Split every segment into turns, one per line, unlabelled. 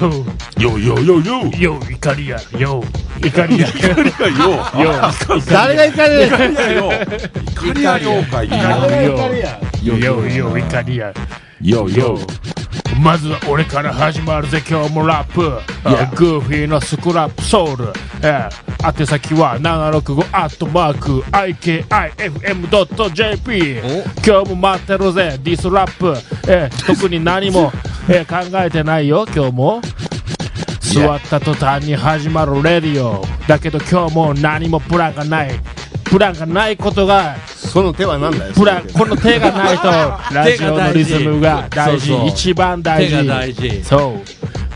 よ
よよよよ
よイカリアよイカリア
怒りがよ
誰がイカリ
怒りがよ怒りがよかい
誰がイカリア
よよよイカリア
よよ
まずは俺から始まるぜ今日もラップ、
Yeah
グーフィーのスクラップソウル、えー宛先は765アットマーク IKIFM.jp 今日も待ってるぜディスラップ、えー特に何も、えー考えてないよ今日も座った途端に始まるレディオだけど今日も何もプランがないプランがないことが
その手は何だよ
プランこの手がないとラジオのリズムが大事
手が大事そうそう
一番大
手
事
が大事。
そう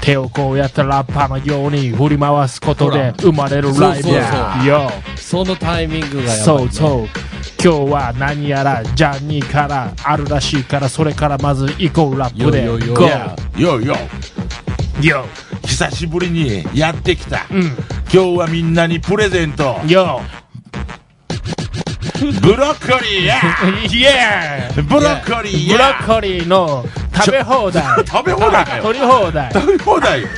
手をこうやってラッパーのように振り回すことで生まれるライブ
そうそうそう
よ
そのタイミングがやばい、
そ
ね。
うそう今日は何やらジャニーからあるらしいからそれからまず行こうラップで
よよよ
Go
よよ
よ
久しぶりにやってきた
うん
今日はみんなにプレゼント
よ
ブロッコリーや
イエーイ
ブロッコリー
ブロ
や
ッコリーの食べ放題
食べ放題かよ
取り放題
食べ放題
うん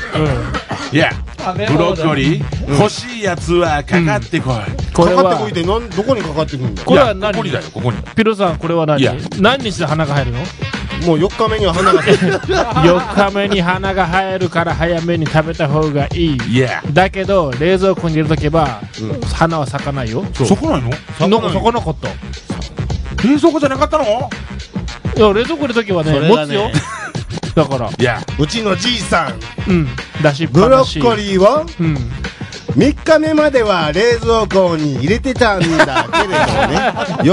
いや
食べ放題
ブロッコリー欲しいやつはかかってこい
これ
かかってこ
はい
ってなんどこにかかってくるんだよ
これはい
や
何
ここにだよここに
ピロさんこれは何
いや
何日で花が入るの
もう4日目には花が咲いてる
4日目に花が生えるから早めに食べた方がいい
いや
だけど冷蔵庫に入れとけば、花は咲かないよ
そこなの
そのそこのこと
冷蔵庫じゃなかったの
いや冷蔵庫入れとけばね
それ
持
が
つよ
ね
だから
いや
うちのじいさん
うん出しっ
ブ
ぱ
ロ
なし
ッコリーを
ーうん
3日目までは冷蔵庫に入れてたんだけれどね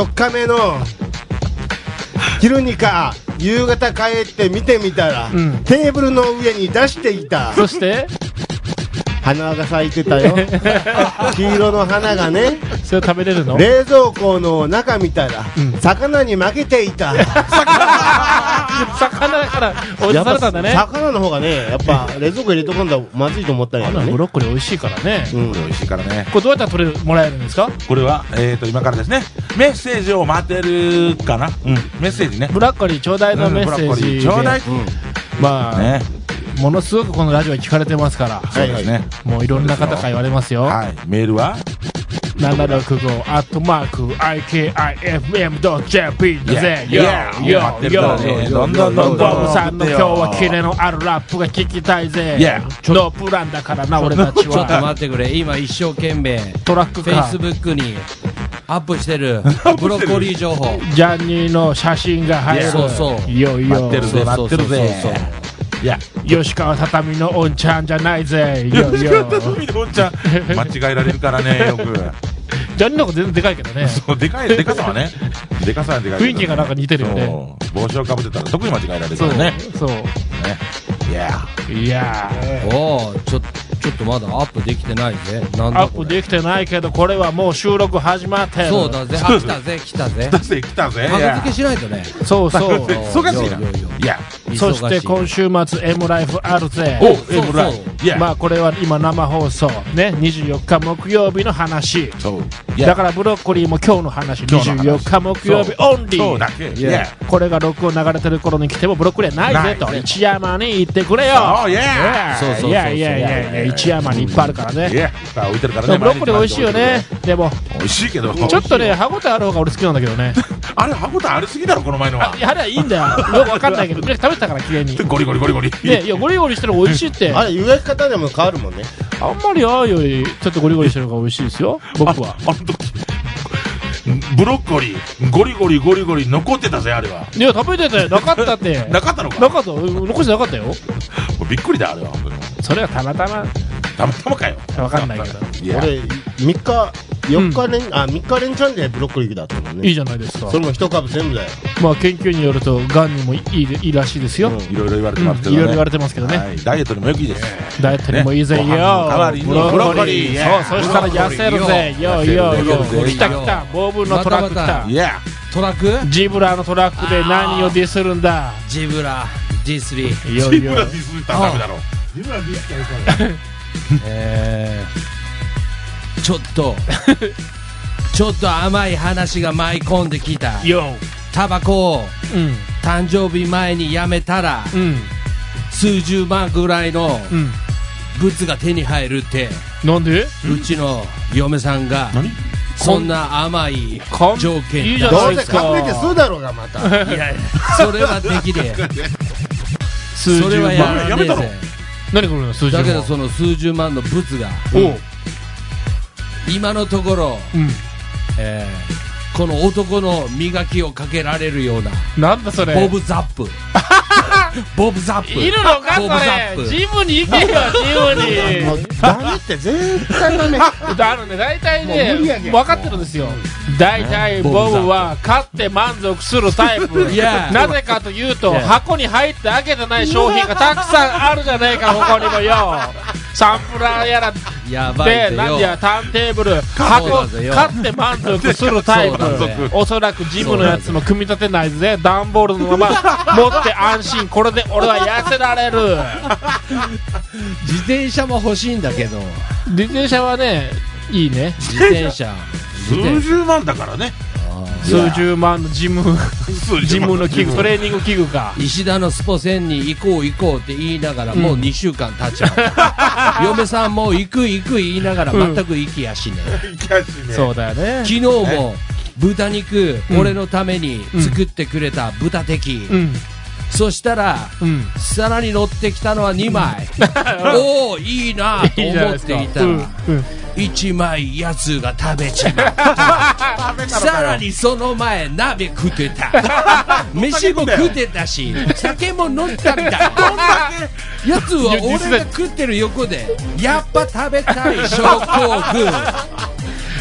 4日目の昼にか夕方帰って見てみたら、
ん
テーブルの上に出していた
そして
花が咲いて たよ黄色の花がね
それ食べれるの
冷蔵庫の中見たら、
ん
魚に負けていた
魚だからおじ
や
さ
っ
れ
ぱ
たんだね
魚の方がねやっぱ冷蔵庫入れとかんだまずいと思ったんやけど
花ブ
ね、
ロッコリー美味しいからね
うん
美、味しいからね
これどうやったら取れるもらえるんですか
これはえーと今からですねメッセージを待ってるかなうんメッセージね
ブロッコリーちょうだいのメッセージで
ちょうだい
まあ、
ね
ものすごくこのラジオは聞かれてますから
そうですね
もういろんな方から言われますよ、
はいメールは
765アットマーク IKIFM.jp だぜ
Yeah. Yeah.
よ
待って
よ
るから
よ
ね
よ
どんどんどんどん
ボブさんの今日はキレのあるラップが聞きたいぜ
Yeah.
ノープランだからな俺たち
ちょっと
は
待ってくれ。今一生懸命、
トラック
フ
か
ェイスブックにアップしてるブロッコリー情報。
ジャニーの写真が入る
Yeah. そうそう
よ
待
よ
ってるぜ待ってるぜ
そうそうそう
いや
吉川畳のおんちゃんじゃないぜよ
吉
よ
川辰巳のおんちゃん間違えられるからねよく
ジャニーの方が全然でかいけどね
そうでかいでかさはねでかさはでかいけど
雰囲気がなんか似てるよね
そう帽子をかぶってたら特に間違えられるか
そう
らね
そう
ねいや
いやー
おお、ちょ、ちょっとまだアップできてないぜ。なん
アッ
だこ
プ
れ。
できてないけどこれはもう収録始まってる
そうだぜ。あ、来たぜ、来たぜ。
出してきたぜい
格
や
付けしないとね。
そうそう
忙しいな
よよよ
いや
そして今
週。
週末 M ライフあるぜ
お
そう
えむらいいや
まあこれは今生放送ね24日木曜日の話
そういや
だからブロッコリーも今日の話
今日の話
24日木曜日オンリ
そうだ
ー
けい
Yeah.
や
これが録音流れてる頃に来てもブロッコリーはないぜと
ない
一山に行ってくれよ
そう Yeah.
そうそうそう
いやいやいやいや一山にいっぱいあるから
い
ね
やいっぱい置いてるから
で
ね
もブロッコリー美味しいよね
毎日
でも
毎日美味しいけど
ちょっとね歯応えある方が俺好きなんだけどね
あれ歯応えありすぎだろこの前のは
あやはりいいんだよ よくわかんないけどとりあえず食べてたから綺麗に
ゴリゴリゴリゴリ
ね、いや、ゴリゴリしてるのが美味しいって。
あ
あ
れ湯がき方でも変わるもんね
んまりああより、ちょっとゴリゴリしてるのが美味しいですよ。僕は。
あの時ブロッコリーゴリゴリゴリゴリ残ってたぜあれはい
や、食べてたよ。なかったって。
なかったの
な
か
かった。うん残してなかったよ。
びっくりだあれは本当に
それはたまたま
たまたまかよ
わかんないけど。
いや
俺3日4日連、あ3日連チャンでブロッコリーだったもんね
いいじゃないですか
そ。れも一株全部だよ
まあ、研究によると、がんにもいいでいいらしいですよ。
うん
いろいろ言われ
う
て
ん
ますけど
い
ね
ろいろ言われてますけどね。
はいダイエットにもよくいいです
ダイエットにもいいぜよ。
ねご飯の代わりにブロッコリー
そう、そしたら痩せるぜ。
ブロ
よ
ッコリー
よ
痩せる
よ。
ぜ
来た来た。ボブのトラック来
また
た
ま。
いや
トラック
ジブラのトラックで何をディスるんだ。
ジブラ G3。
よ
ジムラ
よ
ディ。スったらダメだろ
えー、ちょっと、ちょっと甘い話が舞い込んできた。
よ。
タバコを
うん。
誕生日前にやめたら、
うん。
数十万ぐらいの
うん
グッズが手に入るって、
なんで
うちの嫁さんが
何
そんな 甘い
かん
条
いい
件
じゃ
だ
な
どう
いで
せ
すか
隠れてするだろうがまた
いやいやそれはできねえ
数
そ
十
れはや
万
ら
や
ね
め
え
た
ぜ
何これ数十
だ
万
けどその数十万のブツが
おう
今のところ、
うん
えーこの男の磨きをかけられるような
なんだそれ
ボブザッ プボブザップ
いるのか
ボブザッ
それ
プ
ジムに行けよ ジ
も
ム
うダメって絶対ダメ
にだあのね大体
もう無理や
ね
け
分
ん
かってるんですよ大体ボブ
ボブザップ
は勝って満足するタイプ
いや
なぜかというと
Yeah.
箱に入って開けてない商品がたくさんあるじゃないか他にもよ サンプラーやら
やばいっ
で、
て
なんや、
よ
ターンテーブル、箱、
そうだぜよ
買って満足するタイプ
そうだぜ。
お そらくジムのやつも組み立てないぜ。段ボール のまま持って安心。これで俺は痩せられる。
自転車も欲しいんだけど
自転車はね、いいね。
自転車自
数
転車
十万だからね。
数十万のジム、
数
ジ
十万
ムの器具、トレーニング器具か。
石田のスポ戦に行こう行こうって言いながらもう2週間経っちゃう、 嫁さんも行く行く言いながら
うん
全く行きやしね、
キャッシュね
そうだよね
昨。日も豚肉、
うん
俺のために作ってくれた豚テキ、
うん、
そしたら
うん。
皿に乗ってきたのは2枚 おおいいなと
いいじゃない
思
で
っ
すか。
ていた
うん
ら、1枚やつが食べちまったさらにその前鍋食って た飯も食ってたし酒も飲んだんだ やつは俺が食ってる横でやっぱ食べ たい症候群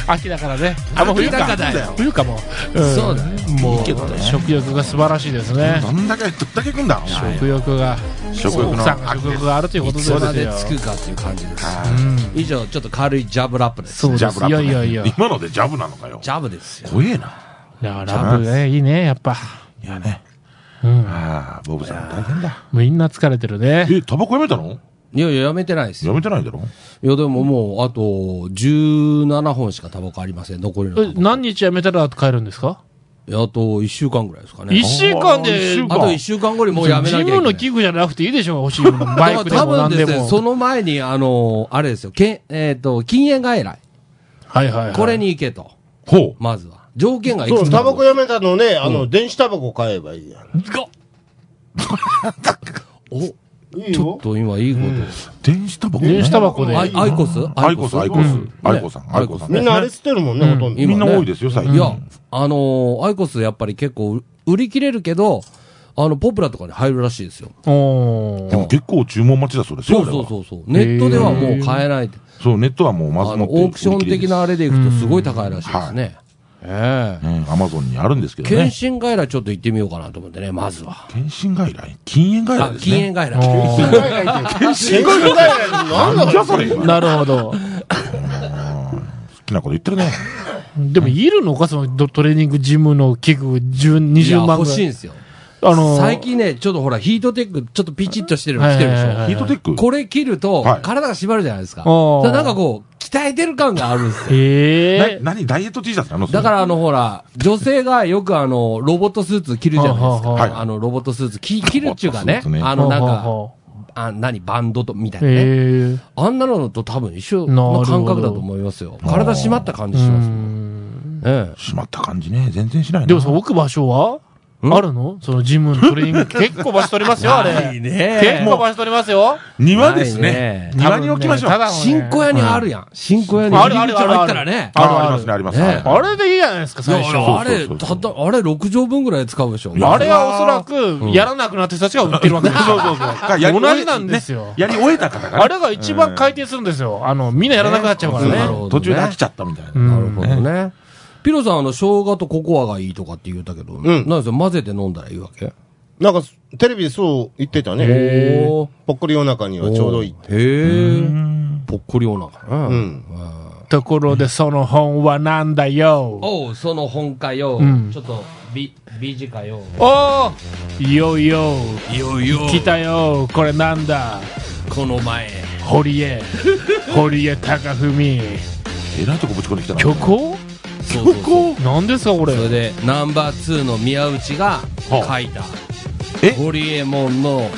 秋だからね。あ、もう冬
秋
か
だからだよ。
冬かもう。ん
そうだね
もう、食欲が素晴らしいですね。
どんだけ、どんだけ食うんだ、お前。
食欲が。
食欲の
奥さんが食欲があるということで
い
す
つ
よ。
までつくかっていう感じです以上ちょっと軽いジャブラップです
そう
ジ
で
ャブ
す。
ラ
い
ッ
や
プね
いやいや。い
今のでジャブなのかよ。
ジャブですよ
怖えな。
や、ラブね、いいね、やっぱ。
いやね。
うん。
ああ、ボブさん大変だ。
みんな疲れてるね。
え、タバコやめたの
いやいややめてないですよ
やめてないだろ
いやでももうあと17本しかタバコありません残りのタ
え
バコ
何日やめたら帰るんですか
いやあと1週間ぐらいですかね
一週間で
一週間
あと1週間後にもうやめなきゃ
ジ
いけ
ム
な
の
い
器具じゃなくていいでしょう、欲しいも の。バイクで
多
も
分
何
で
です
ね
も。
その前にあのあれですよけえっ、と禁煙外来
はいはいはい。
これに行けと
ほ
まずは条件がい
そ
く
う
つ
タ
か
バコやめたのねあの電子タバコ買えばいいやん
おち
いいよ
ょっと今いいこと、
う。電子タバコね
電子タバコで。
アイアイコス
アイコス、アイコス
うん。
アイコさん、アイコさん
みん
ね。
なあれ吸ってるもんね、
うん
ほとんど
今
みんな
ね
多いですよ、最
い
近。
や、あのーアイコスやっぱり結構売り切れるけど、あの、ポプラとかに入るらしいですよ。
お
で
ー
も結構注文待ちだそうですよ。
そうそう
う。
そうそう。ネットではもう買えない。
そう、ネットはもうまず
あの、
も
オークション的なあれでいくとすごい高いらしいですね。ええ
うん、アマゾンにあるんですけど
検
ね。
診外来ちょっと行ってみようかなと思ってね、まずは。
検診外来禁煙外来
あ
で、す
禁
ね。
煙外来。
おー
検診
健康外来なんだ
なん
ろ
じゃそれ。好
なるほど。
きなこと言ってるね。
でも、いるのか、そのトトレーニングジムの器具、10 20
いや
万ぐ
欲しい
ら
ん
い。
ですよ。
あのー、
最近ね、ちょっとほら、ヒートテック、ちょっとピチッとしてるの着てるでし
はいはいはい
ょ。
ヒートテック。
これ着ると
は、い
体が縛るじゃないですか。
おー
なんかこう、鍛えてる感があるんですよ。
ええ。
な何ダイエット T シャツなの、
だかららあのほら、女性がよくあの、ロボットスーツ着るじゃないです
はあはあは
か。
あ
あの、ロボットスーツ着着るっちゅうか
ロボッ
ね
トスーツね。
あの、なん
ほうほ
か、
うほ
あ、何、バンドと、みたいうなね。
ええ。
あんなのと多分一緒の感覚だと思いますよ。体締まった感じしますよ。ええ。
しまった感じね。全然しないな
でもその置く場所はあるのそのジムのトレーニン グ。結構場所取りますよ、あれ。
ね
結構場所取りますよ。
庭です
ない
ね
ね。
庭に置きましょう。
多分ねただのね
新小屋にあるやん。新小屋に
あるあるある
入り口入ったらね。
ある
あ
ある
ありますね、あります
ね
ね。
あれでいいじゃないですか、
いや
最
い
初。
やあれ、
そうそう
た
そう
った、あれ6畳分ぐらい使うでしょ。
あれはおそらく、やらなくなって人たちが売ってるわけです
そう
よ。
そうそうかやり。
同じなんですよ
ねやり終えた方がね
あれが一番回転するんですよ。あの、みんなやらなくなっちゃうか
そうな
ら
る
ね。
ほどね
途中で飽きちゃったみたいな。
なるほどね。ピロさん、あの、生姜とココアがいいとかって言ったけど、なんですよ、混ぜて飲んだらいいわけ
なんかテレビでそう言ってたね
おー
ぽっこり夜中にはちょうどいいって
へえ。ぽっこりおなか
う
ね。
ん
ところで、その本はなんだよ。
おう、その本かよ
ん。
ちょっと、び、美字かよ。
おーいよいよ、
いよいよ
来たよ。これなんだ
この前。
堀 江。堀江貴文。
えらいとこぶち込んできたな。
虚構
そうそうそう
なんですか、これ
そ。れで、ナンバー2の宮内が書いた、
え
ホリエモンの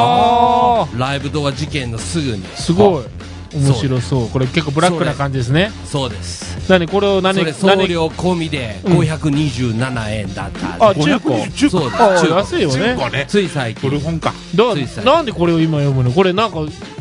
ああ
ライブドア事件のすぐに
す
い
ごい面白そうこれ結構ブラックな感じですね
そうです
何これを何
それ送
何
料込みで527円だったんで
あ中古
中
そう
古
です
あ
中古
安いよ
中
ね
古ね
つい最近
古本か
どう
つい最近
なんでこれを今読むのこれなんか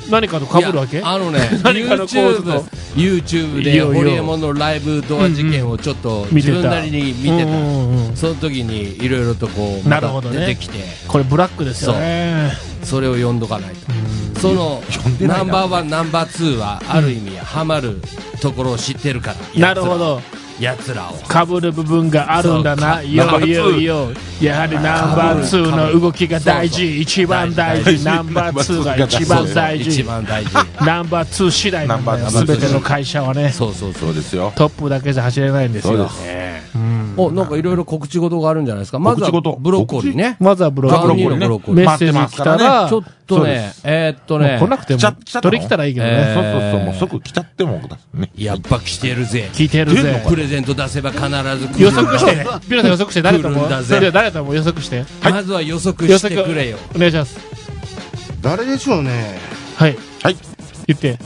何かと被るわ
い
け
やあのね
何かの構図
YouTube
と
です YouTube
いいよい
で
いよ
ホリエモンのライブドア事件をちょっと
見て
自
た
分なりに見て
うんうんうんう
た
ん
その時にいろいろとこう
な
ま
るほ
た
どね
出てきて
これブラックですよね
それを読んどかないとその
でないな
ナンバーワンナンバーツーはある意味ハマるところを知ってるから
なるほど
やつらを
被る部分があるんだな
そうか
よいよい
ナ
よやはりナンバー2の動きが大
そう
事一番大
大
事ナンバー2が一
そう
番
そう
大
一
事
番大事
ナンバー2次第なんだ
ナ
よ
ンバーツー
全ての会社はね
そうそうそう
そうですよ
トップだけじゃ走れないんです
そうで
よ
す
おなんかいろいろ告知事があるんじゃないですかまずは
告知事
ブロッコリーね
まずはブロ
ブ
ッ
ロッ
コ
コ
リ
リ
ー
ーね
ブロッコリ
メ
ー
ッセージ来たら
ちょっとねえーっとね
もう来なくても
来ちゃ来ちゃったの
取り来たらいいけど
え
ね
ー
そうそうそうもう即来ちゃってもだね
やっぱ来てるぜ
聞いてるぜ
プレゼント出せば必ず 来る
予測してねピロさん予測して誰と
来る
も
んだぜ
誰とも予 測して
まずは予測
予
し
測
てくれよ
お願いします
誰でしょうね
はい
はい
言って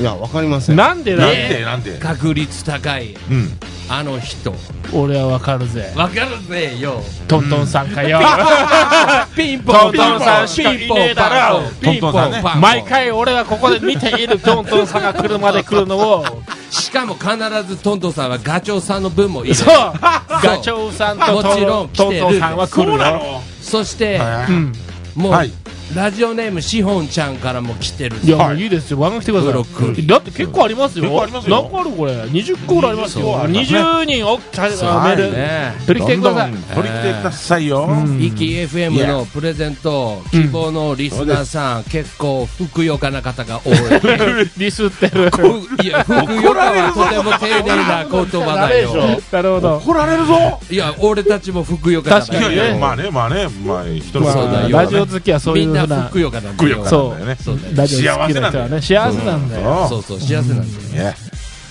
いやわかりません
なんで
な
だ
んでなんで
確率高い
うん
あの人
俺はわかるぜ
わかるぜよ
トントンさんかよ
ピンポン
トントンさんしかいねえだろ
ピンポンパ
トントンさん
ンポン
ね
パンポン
毎回俺はここで見ているトントンさんが来るまで来るのを
しかも必ずトントンさんはガチョウさんの分も入れる
そうガチョウさんと
もちろん
トン
来てる
トンさんは来る
そうな
よ
の
そして
うん
もう
はい
ラジオネームしほんちゃんからも来てる
いや、
ぜ
もういいですよ、番組来てく
ブ
だ
ロ
さ
ッ
い。だって結構ありますよ。
結構ありますよ
何個あるこれ ?20 個ぐらいありますよ。
20個ありますね
20人おっちゃあメール。
ね
取り来てください
どん。どん取り来てくださいよ
イキ FM のプレゼント希望のリスナーさん、結構ふくよかな方が多い
ディスってる。
ふいやふくよかはとても丁寧な言葉だよ
なるほど。
怒られるぞ
いや俺たちもふくよかだ
確
い
か
や
に
い
ね
やまあねまあねまあ人の
まあ
そうだよ
ラジオ好きはそうい
み
うんふ
な
うな
ふく、よかなん
ふ
だ
くよ
よ
か
そ
なんだよね
そうだよ
ラジオ好きな人はね、幸せなんだよ。
そうそう幸せなんですよ
ね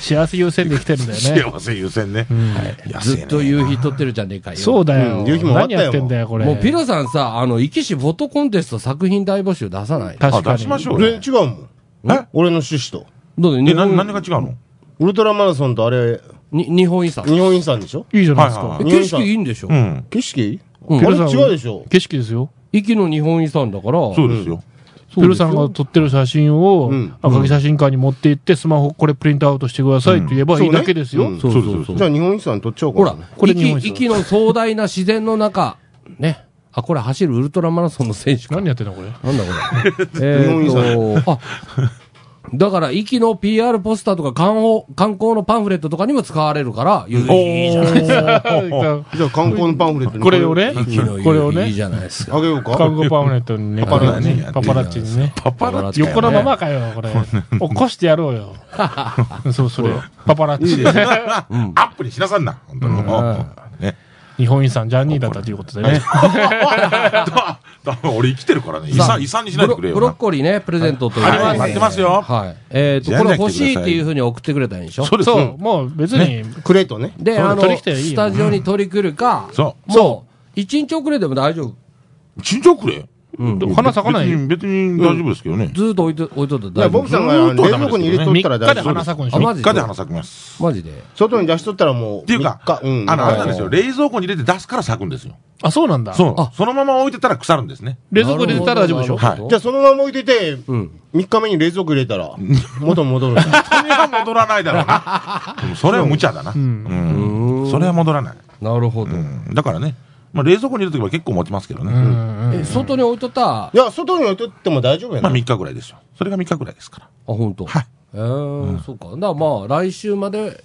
幸せ優先で生きてるんだよね。
幸せ優先ねはい
ずっと夕日撮ってるじゃねえかよ
そうだよ。
うん夕日も終わっ
何
たよ
やってんだよ、これ。
もうピロさんさあの生きしフォトコンテスト作品大募集出さないだ
確
あ
か
出しま
に
し。ょう
俺
よ
違うもん
え
俺の趣旨と
って
え
日
な
本
何が違うの
ウルトラマラソンとあれ
に日本遺産
日本遺産でしょ
いいじゃないです
はい
か
は。
景色いいんでしょ、
うん
景色
うん
あれ違うでしょ
景色ですよ。
生きの日本遺産だから
そうですよ
ピロさんが撮ってる写真を
うん
赤木写真館に持って行って、スマホこれプリントアウトしてくださいって言えばいいだけですよ。
うん
そうそうそう
じゃあ日本遺産取っちゃおうか
ほら
な、
これ日本
息
一だ
息の壮大な自然の中、ね。あ、これ走るウルトラマラソンの選手か。なん
何
だ
やってんのこれ
これ。えーっと、あ、だから、息の PR ポスターとか観光、観光のパンフレットとかにも使われるから、いいじゃないですか。
じゃあ観光のパンフレット に
これをね
息の、
これを
夕日いい
ね、
じゃないですか。
あげようか
看護パンフレットにね、
パパラッチ
ねパパラッチにね。
パパラッチ
横のままかよ、これ。起こしてやろうよ。そう、それ。パパラッチ。
アップにしなさんな本当にね
日本遺産ジャニーだったということでね。
だだ俺生きてるからね遺
さあ
産遺産にしないでくれよ
ブロブロッ
な
コリーね、プレゼントということで
はい待ってますよ
はい。えーっ
じ
と、
ゃあ
これ
ね
欲しいっていうふうに送ってくれたんでしょ
そうです
そう、もう別に、
クレートね
で、
そう
あの、
取り来たらいいよ
スタジオに取り来るか、
そ
もう、一日遅れても大丈夫。
ちんちょくれ
花咲かない
別に別に大丈夫ですけどね
ずーっと置いと、置いとったら
い
大丈
や僕
夫。
さんが冷蔵庫に入れと
3
ったら
日で
大丈夫
花咲くんでし
あ、マ
ょ
ジ
3日
で
で花咲きます
マジで。
外に出しとったらもう
っていうか
3日うん
あのあれなんですよ冷蔵庫に入れて出すから咲くんですよ
あ、そうなんだ。
そ
あ
うそのまま置いてたら腐るんですね
冷蔵庫入れてたら大丈夫でしょ
なる
ほど
じゃあそのまま置いてて
ん
3日目に冷蔵庫入れたら元に戻るんだ
それは戻らないだろうなでもそれは無茶だなうんそれは戻らない
なるほど。
うんだからねまあ冷蔵庫に入れるときは結構持ちますけどねま
え、外に置いとったあ、
いや外に置いとっても大丈夫や
あ
な
3日ぐらいですよそれが3日ぐらいですから
本当。
はい。
えー、そうか。だからまあ、来週まで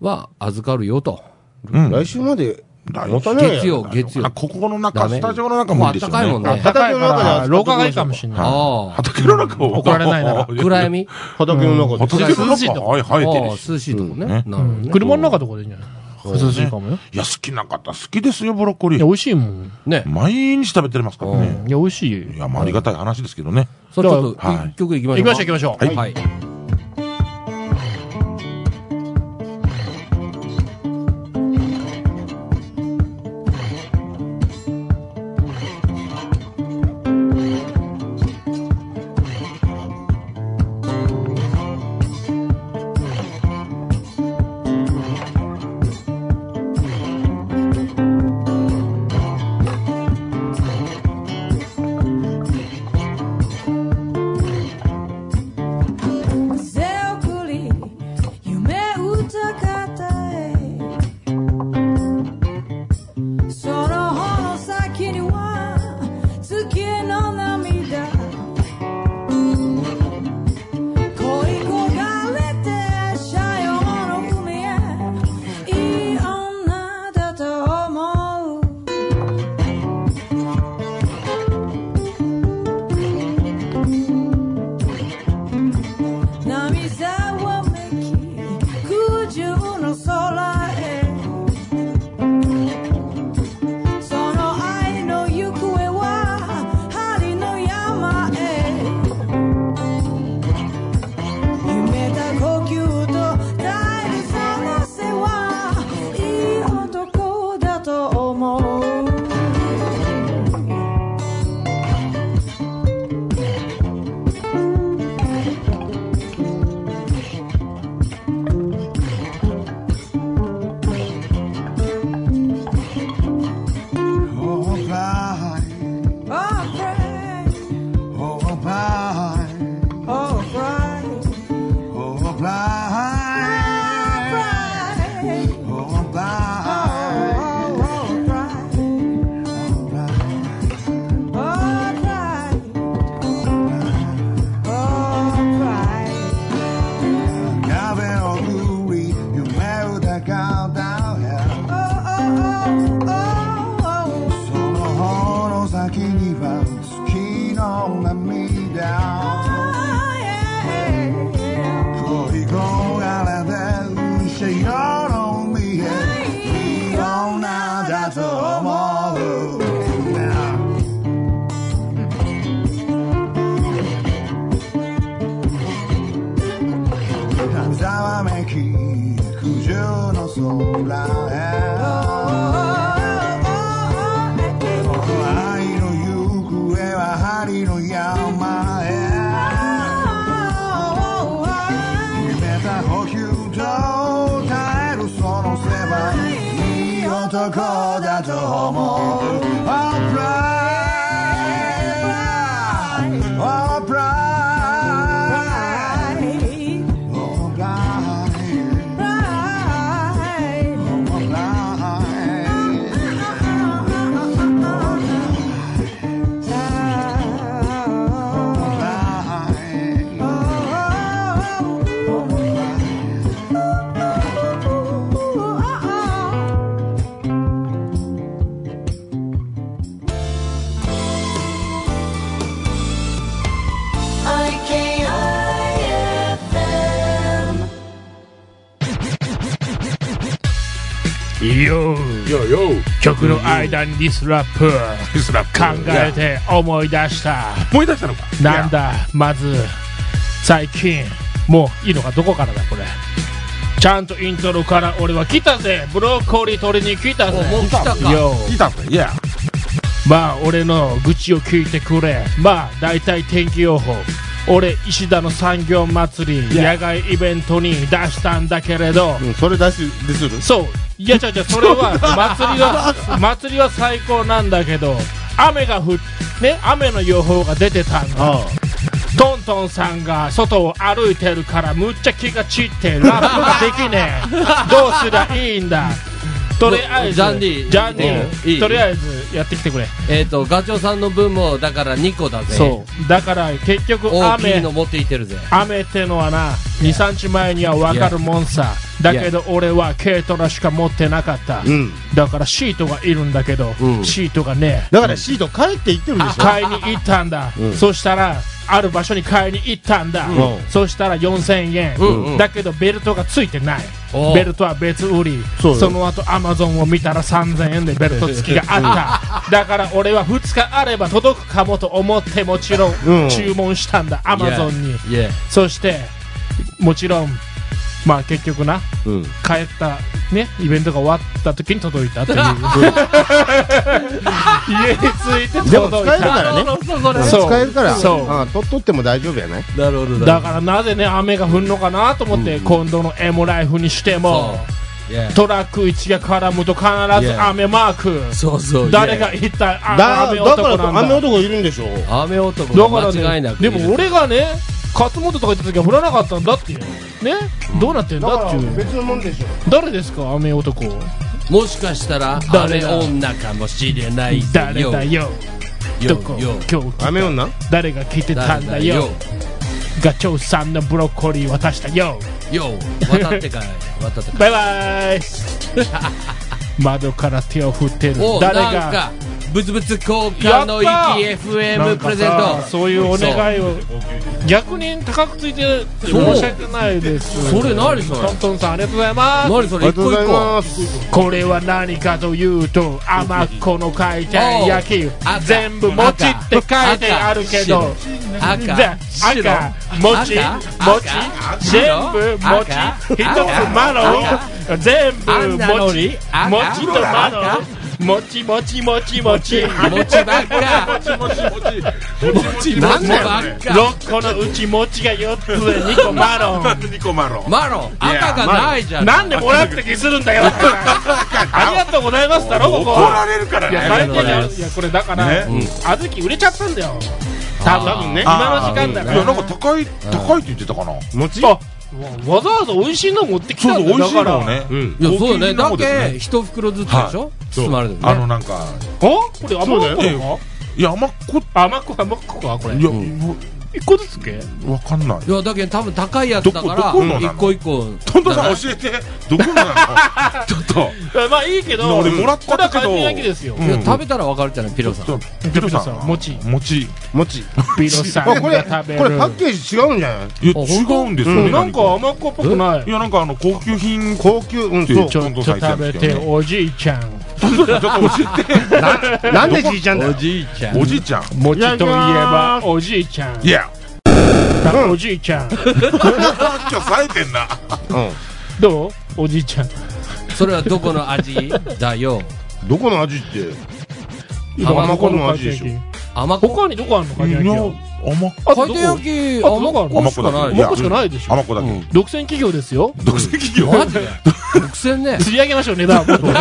は預かるよと。
うん
来週まで
だよ
持たない
月曜、月曜
あ。ここの中
ダメ
スタジオの中もいいですよ
もうあったかい
高い
ね
もんね
から廊下がいいかもしれない。
ああ。
畑の中を
怒られないなら
暗闇
畑の中で
畑の
涼しいと
中はい
ああ、
生えてるし
涼しいとこね。
ね
なるほどね。
車の中とかでいいんじゃない涼しいかもよ。
いや好きな方好きですよブロッコリ
いや、
ー
美味しいもん。
ね。
毎日食べてますからね
いや、美味しい。
いやまあありがたい話ですけどね
それちょっ
だ
と、
から
一曲いきましょ
行き
うか。
ましょう行きましょう。
はい。はい。
「Oh, ざわめき九十の空へこの愛の行方は針の山へ決めた補給と耐えるその背はいい男だと思う Alright Alright Alright Alright Alright
いよ
よよ
曲の間にディスラップ
ディスラップ
考えて思い出した
思い出したのか
なん
だ
だまず最近もういいのかどこからだこれちゃんとイントロから俺は来たぜブロッコリー取りに来たぜ
もう来たか
よ
聞いたんかいや
まあ俺の愚痴を聞いてくれまあ大体天気予報俺石田の産業祭り
Yeah.
野外イベントに出したんだけれど
うん、それ出しでする
そういや違う違うそれ は祭りは祭りは最高なんだけど雨が降っね雨の予報が出てたんだ
あ
トントンさんが外を歩いてるからむっちゃ気が散 ってラップができねえどうすりゃいいんだとりあえず
ジャンディ
ジャンディ
いい
とりあえずやってきてくれ
えっとガチョウさんの分もだから2個だぜ
そうだから結局
大きい
雨
の持っていってるぜ
雨ってのはな23日前には分かるもんさだけど俺は軽トラしか持ってなかった
あうん
だからシートがいるんだけど、
うん
シートがね
だからシート帰って行ってるでしょ
買いに行ったんだ、
うん
そしたらある場所に買いに行ったんだ、
うん
そしたら4000円、
うんうん
だけどベルトがついてない
おう
ベルトは別売り
そうよ
の後アマゾンを見たら3000円でベルト付きがあった、だから俺は2日あれば届くかもと思ってもちろ
うんん
注文したんだアマゾンに
いや
そしてもちろんまあ結局な
うん
帰ったねイベントが終わった時に届いたっていう家に着いて
でも使
届い
え
た
るからね
そう
使えるから
そう
あ取っとっても大丈夫やね
なるほど
だからなぜね雨が降るのかなと思って、今度の M ライフにしても
そういや
トラック1が絡むと必ず雨マーク
そうそう
誰
い
が
や
一体あ
だ
雨
だから
男なんだ
雨男いるんでしょ
雨男
だから
が間違いな
ね
く
でも俺がね勝本とか行った時は降らなかったんだってよねどうなってんだっていう
のもんでしょ
誰ですか雨男
もしかしたら
誰
雨
だ
女かもしれないぜ
誰だよ
よ
どこ
よ
今日
雨女
誰が聞いてた
誰
ん
だ
だ
よ
よガチョウさんのブロッコリー渡したよ
よ渡って かい渡って
バ
かい
イ バイ窓から手を振ってる
お
誰
なん
が
かブツブツ交換の
やった
域 FM プレゼン
なん
ト
かさそういうお願いを逆に高くついて
そう
申し訳ないです
それ何それ
トントンさんありがとうございます
何そ
あ
れ
りが
一
とう
個
ご
一
ざい
個
ます
これは何かというと甘っこの回転焼き
お赤
全部餅って書いてあるけど
赤
じゃあ
白
赤餅
赤
餅
赤
全部
白
餅一つマロン全
あ
部
んなの
餅
に赤
餅とマロン餅餅餅餅
餅ばっ か
6
餅 ばっか
個のうち餅が4つで2個マロン
ニコマロ
マロン赤がないじゃん
なんでもらった気するんだよありがとうございますだろここ
怒られるか ら
いや
ね
最高じゃんいやこれだから、
ね
小豆売れちゃったんだよ多分
あー
多分ね今の時間だ
い
か
やなん
ら
か高い高いって言ってたかな
餅
あわざわざ美味しいの持ってき
そ
た
うそ
ん
う
だよ
美味しい
だ
の
から
をね
うん
いや
高
そう
級
だね
なも
だ
んです
け
ね
一袋ずつでし
は
ょ包まれてるね
あのなんか
おこれ甘っこ
そうだ
か
いや甘っこ
甘っこ甘っこかこれ
いや
うん
も
一個ずつけ
うわかんない
いやだけど多分高いやつだか
ど
ら
こどこのなの
一個一個
トントンさん教えてどこのなのちょっと
あまあいいけど
俺もらっ
こ
た
れは
け
完
ど
全焼きですよ
う
いや
ん
食べたらわかるじゃないピロさん
ちょっとピロさん
餅
餅
餅
ビロさん
あこれこれパ
が食べる
ッケージ違うんじゃない
いや
あ
違うんですよ
う
ね
んなんか
何
甘っこっぽくない
いやなんかあの高級品
高級うんそう
ちょっと食べておじいちゃん
トントンさんちょっと教えて
なんでじいちゃんだよ
じいちゃ
おじいちゃん
餅といえ
いただきま
ば
す
おじいちゃん
いや
だおじいちゃん
今日冴えてんな。
どうおじいちゃん
それはどこの味だよ
どこの味って
今
甘子の味でしょ
甘子
他にどこあるのかじ
いや
焼き
甘っ
あ
回
とど
転
こ
焼き
あとどこある
甘子しかない
い
よ
や甘子しかないでしょ
甘子だけ。
独占企業ですよ
独占企業。
マジで独占ね
釣り上げましょう値段もっとね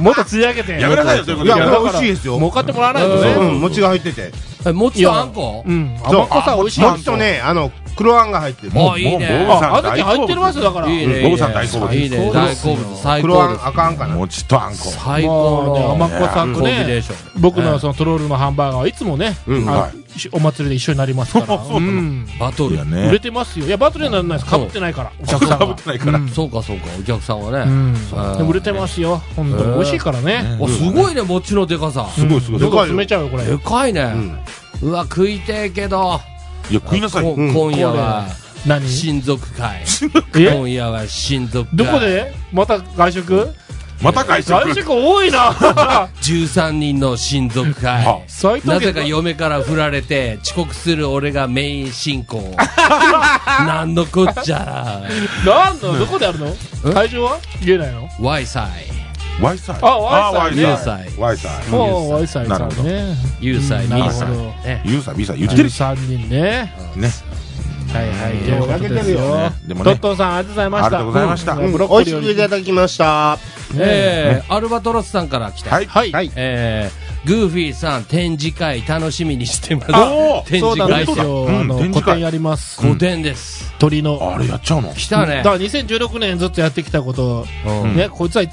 もっと釣り上げて
やめなさいよ、そういう
い
こと
や
やめ
だ
な
から
さ
これ美味しいですよ
儲かってもらわないと
う
ね
ん餅が入ってて
え餅とあんこ
うん
そう
甘子さ美味しい
あ
あ
餅とねあの黒あんが入ってる
あいい
もう
ね
もう
あずき入ってますよだから
いい
うん
ね
ボブ
いいね
さん大好物
いいね大好物最
黒あ
高で
ん
す
赤あんか
い。
な
餅とあんこ。
最
もうね
高
甘子さん
の
と
コンビネー
ね
ション
僕のそのトロールのハンバーガーはいつもね
うん
あ
は
しお祭りで一緒になりますからうん
バト
い
ル
や
売
ね
れ。てますよいやバトルにはならないですかぶってないからお客さん
かぶ
が
ってないから。
そうかそうかお客さんは
う
ね
ん
あー
でも売れてますよ本当
へー
に美味しいからね
おすごいね餅のでかさ
すごいすごい。
どこ詰めちゃうよこれ
でかいねうわ食いてえけど
いや、食いなさい
こ
よ。
うん
今夜は
何
親族会
え
今夜は親族会
どこでまた外食
また会社
外
来る。
食多いな
13人の親族
あ
会
最
なぜか嫁から振られて遅刻する俺がメイン進行なんのこっちゃ
なんのどこであるの会場は言えないの
Y サイ
ワイサイ。
あワイサイね
ワイサイ。ワイサイ。
もうワイサイさんね
U サイ
な
B
るほ
サ
ど
イね
ユーサー、ビーサー、言ってるし
13人ね
ね。
はいはいと
ん
いうことです
よ
よ
でも
トッ
ね、
トンさんありがとうございました
ありがとうございました
ん
うん
ブロッ
美
コ
味
リ
し
ー
くいただきました
ね
えーアルバトロスさんから来た
はい。
はい
はい
えーグーフィーさん展示会楽しみにしてます
おー
展
そう
示
なん
会
ですよ
うん
あの
展示
個
会
展やります
古典です
鳥の
あれやっちゃうの
来たね
だから2016年ずっとやってきたこと
う
を
ん
ねこいつはい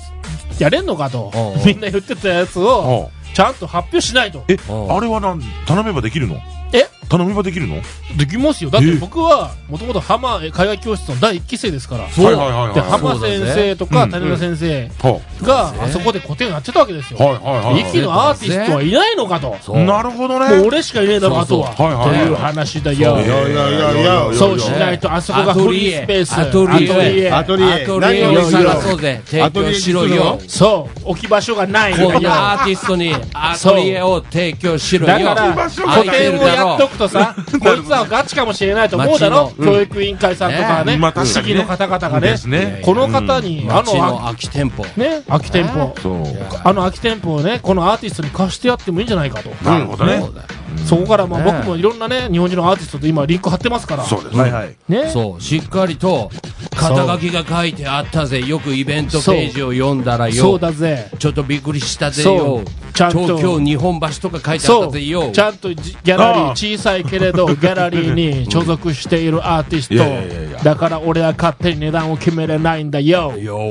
やれんのかと
うんうん
みんな言ってたやつを
あ
ちゃんと発表しないと
え、
うん
あれはなん、頼めばできるの
え
頼めばできるのはい
できますよだって
え
僕はもともと浜絵画教室の第1期生ですから
そう
はいはいはい。
で
は
浜先生と
う
か
ん
谷村先生
い
があそこで個展やってたわけですよ
はいはいはい。
息のアーティストはいないのかとも
そう
なるほどね。
う俺しかいねえだろあとは
そうそうはいはいはい
という話だよ
いやいやいやいや
そうしないとあそこがフリースペース
アトリエ
アトリエ
アトリエを探そうぜ提供しろよ
そう置き場所がない
こんな
だ
アーティストにアトリエを提供しろよ
から
空
個
いて
展を
るだろ
やっとくとさこいつはガチかもしれないと思うだろ
街
教育委員会さんとかね
ねまあ確かにね
市議の方々が
で
ね
すね。
この方にあ
街の
の
空き店舗
ね空き店舗
そう。
あの空き店舗をねこのアーティストに貸してやってもいいんじゃないかと
なるほどね
そう。だよ
そこからまあ
ね
僕もいろんなね日本人のアーティストと今リンク貼ってますから
そうですね。
はい
ね
そうしっかりと肩書きが書いてあったぜよくイベントページを読んだら
そう
よ
だぜ
ちょっとびっくりしたぜ
そ
よ
うちゃんと
東京日本橋とか書いてあっ
そ
た
う
ぜよ
ちゃんとじギャラリー
ああ
小さいけれ どギャラリーに所属しているアーティス
いやいやいやいや
トだから俺は勝手に値段を決めれないんだよ
よ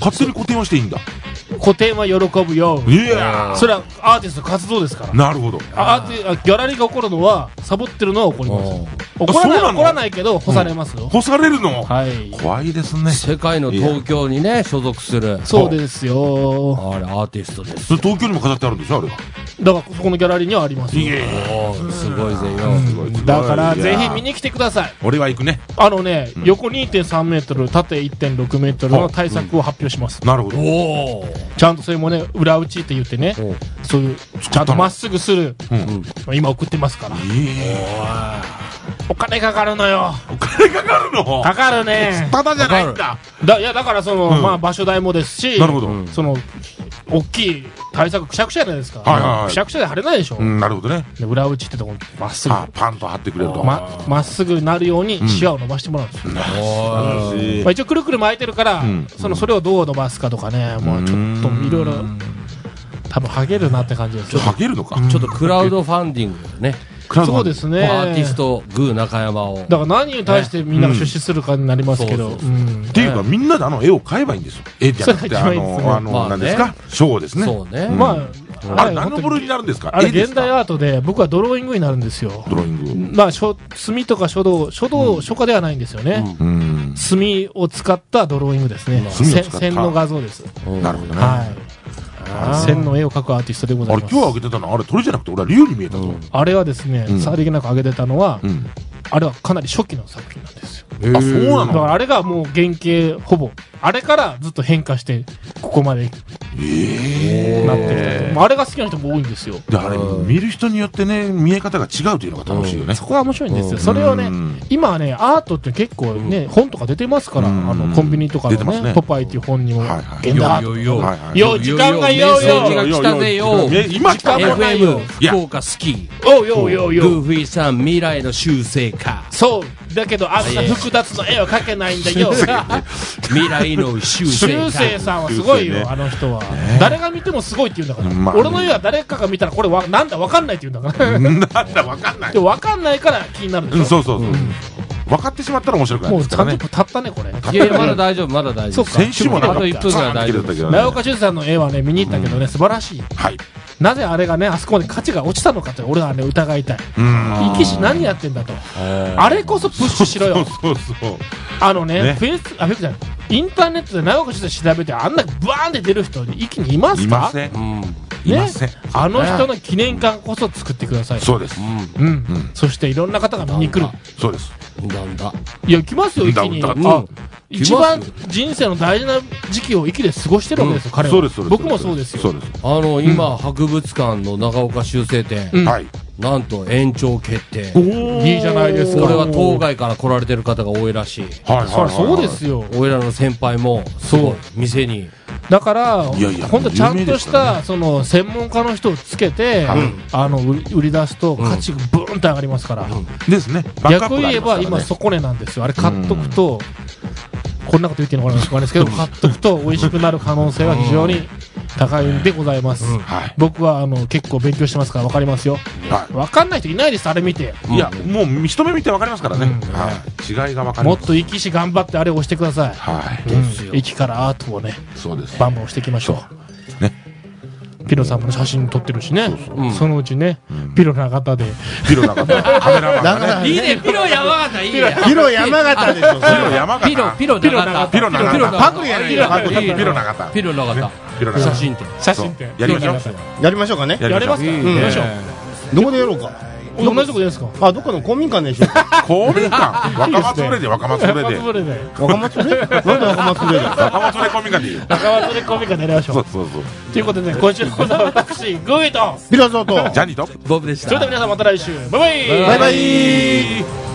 勝手に固定はしていいんだ。
個展は喜ぶよ
いや
それはアーティストの活動ですから
なるほど。
あアーティあギャラリーが怒るのはサボってるのは怒ります怒ら
あそ
な
うないの
怒らないけど干されますよ
干されるの
はい
怖いですね。
世界の東京にね所属する
そうですよ
あれアーティストです
それ東京にも飾ってあるんでしょあれは。
だからそこのギャラリーにはありますよ
え。
おーすごいぜよ
だから
いや
ぜひ見に来てください
俺は行くね。
あのね、横2.3メートル、縦1.6メートルの対策を発表します。
なるほど。
おお
ちゃんとそれもね、裏打ちって言ってね、そういう、ちゃんとまっすぐする、
うん。
まあ今送ってますから。
ええ。
お金かかるのよ。
お金かかるの
かかるね。
ただじゃないんだ。
だいや、だからその、
うん
まあ場所代もですし、
なるほど。
その、大きい対策、くしゃくしゃじゃないですか。
はいはいはい
くしゃくしゃで貼れないでしょ。
うん、なるほどね。
で裏打ちってとこ、まっすぐ。
あ、パンと貼ってくれると。
ままっすぐなるように視野を伸ばしてもらうんですよ、まあ、一応くるくる巻いてるから、
ん
そのそれをどう伸ばすかとかね、もうちょっといろいろ多分ハゲるなって感じですよ
かけるのか。
ちょっとクラウドファンディングね
クラウド
そうですね
アーティストグー中山を
だから何に対してみんなが出資するかになりますけど、
ねうん
うん
っていうか、みんなであの絵を買えばいいんですよ。絵じゃなくて、
そ
あ
れが一番いいですね
の、あ
まあ
の、
ね
何ですか賞ですね。
そうね
まあ、
あれ何の部類になるんですか
あれ
絵です
現
か
代アートで僕はドローイングになるんですよ
ドローイング。
まあ書墨とか書道書道書家ではないんですよね、
うん。
墨を使ったドローイングですね、
墨を使
せ
った
線の画像です、
なるほどね。あ
はい線の絵を描くアーティストでござい
れ
ます
今日あげてたのあれ鳥じゃなくて俺は竜に見えたぞ。
あれはですね、
ん
さりげなく上げてたのは、
ん
あれはかなり初期の作品なんですよ。
あ、そう
だか
なの
らあれがもう原型ほぼ、あれからずっと変化して、ここまでなってきたまああれが好きな人も多いんですよ
であれ見る人によってね見え方が違うというのが楽しいよね、
そこは面白いんですよそれをね
うん
今はねアートって結構ね本とか出てますからあ
うん
のコンビニとか
出
の
てます
ね
ね
ポパイっていう本にも
はいはい
現代アート
よよ
はいはい
よう時間がよう
メッセージ
よ
が来たぜよ
いや今来た
時間も
ね
ない
FM
よ
いや
福岡好き
おうようよう
グ
よ
ーフィーさん未来の修正か
そうだけどあんな複雑な絵は描けないんだ よ
未来の修正
修
か
正さんはすごい
修正ね
よあの人は誰が見てもすごいって言うんだから
まあ
俺の絵は誰かが見たらこれわなんだわかんないって言うんだから
なんだわかんない
でわかんないから気になる
うん
でし
そ
ょ
うそうそう分かってしまったら面白くない
もう
ですからね
30分経ったねこれ
いやいやまだ大丈夫まだ大
そ
丈夫
うか
先週もなん
あ
か
と1分ぐらい大丈夫
パーンって切れたけどね
長岡俊さんの絵はね見に行ったけどね素晴らしい
はい
なぜあれがねあそこまで価値が落ちたのかって俺はね疑いたい
うん
生きし何やってんだとあれこそプッシュしろよ
そうそうそう
あのね
ね
フェイスあフェイスじゃないインターネットで長岡俊さん調べてあんなバーンって出る人に一気にいますか
いません
うん
いま
ね
せん、
あの人の記念館こそ作ってください
そうです
うん、そしていろんな方が見に来る
そうです
なんだ
いや来ますよ一気
う
に
んだ
あ一番
来ます
人生の大事な時期を息で過ごしてるわけですよ、彼は
そうですそうです
僕もそうですよ
そうです
あの今、博物館の長岡修正店、
うん
はい
なんと延長決定
いいじゃないですか
これは当該から来られてる方が多いらしい
はいはい
そりゃそうですすよ
おいらの先輩もすごい店に
だから
いやいや
本当ちゃんとし
有名
たその専門家の人をつけて、あの売り売り出すと価値がブーンって上がりますから、
ですねバックアッ
逆
プ
を
があ
言え
ります
ば
から
今
ね
底根なんですよあれ買っとくと、こんなこと言っていいのかなわかんないですけど買っとくと美味しくなる可能性は非常に高いんでございます、
はい
僕はあの結構勉強してますから分かりますよ
は
分かんない人いないですあれ見て
いいやもう一目見てわかりますからねはい違いがわかり
も
ま
っ
す
と生きし頑張ってあれを押してください
はい
生きからアートをね
そうです
バンバン押していきましょう
ね
ピロさんも写真撮ってるしねそのうちね、ピロな方で
ピロなかったカメラマン
だ
が
か
ね
ら
いいねピロ山形いいね
広山形でしょそれ
ピロ山形
ピロピロ
ピロ
長
長
田
田
ピロ長田
パクリやないか
ピロピロなかった
ピロ長田
ピロなかっ
写
た
真展
写真って
やりましょう
やりましょうかね
やれます
か
か、
ん
やりましょう
どこでやろうか
同じとこですか
あどっかの公民館でしょう か
公民館若松れで若松れで
それで
若松ねなんで若松 でだよ
若松れ公民館でいいよ
仲間とでコミカでやりましょ
そううそうそう
ということでね今週の講座は私グーイと
ピラゾーと
ジャニーと
僕でし
それでは皆さんまた来週バイバイ
バイバイ
バイ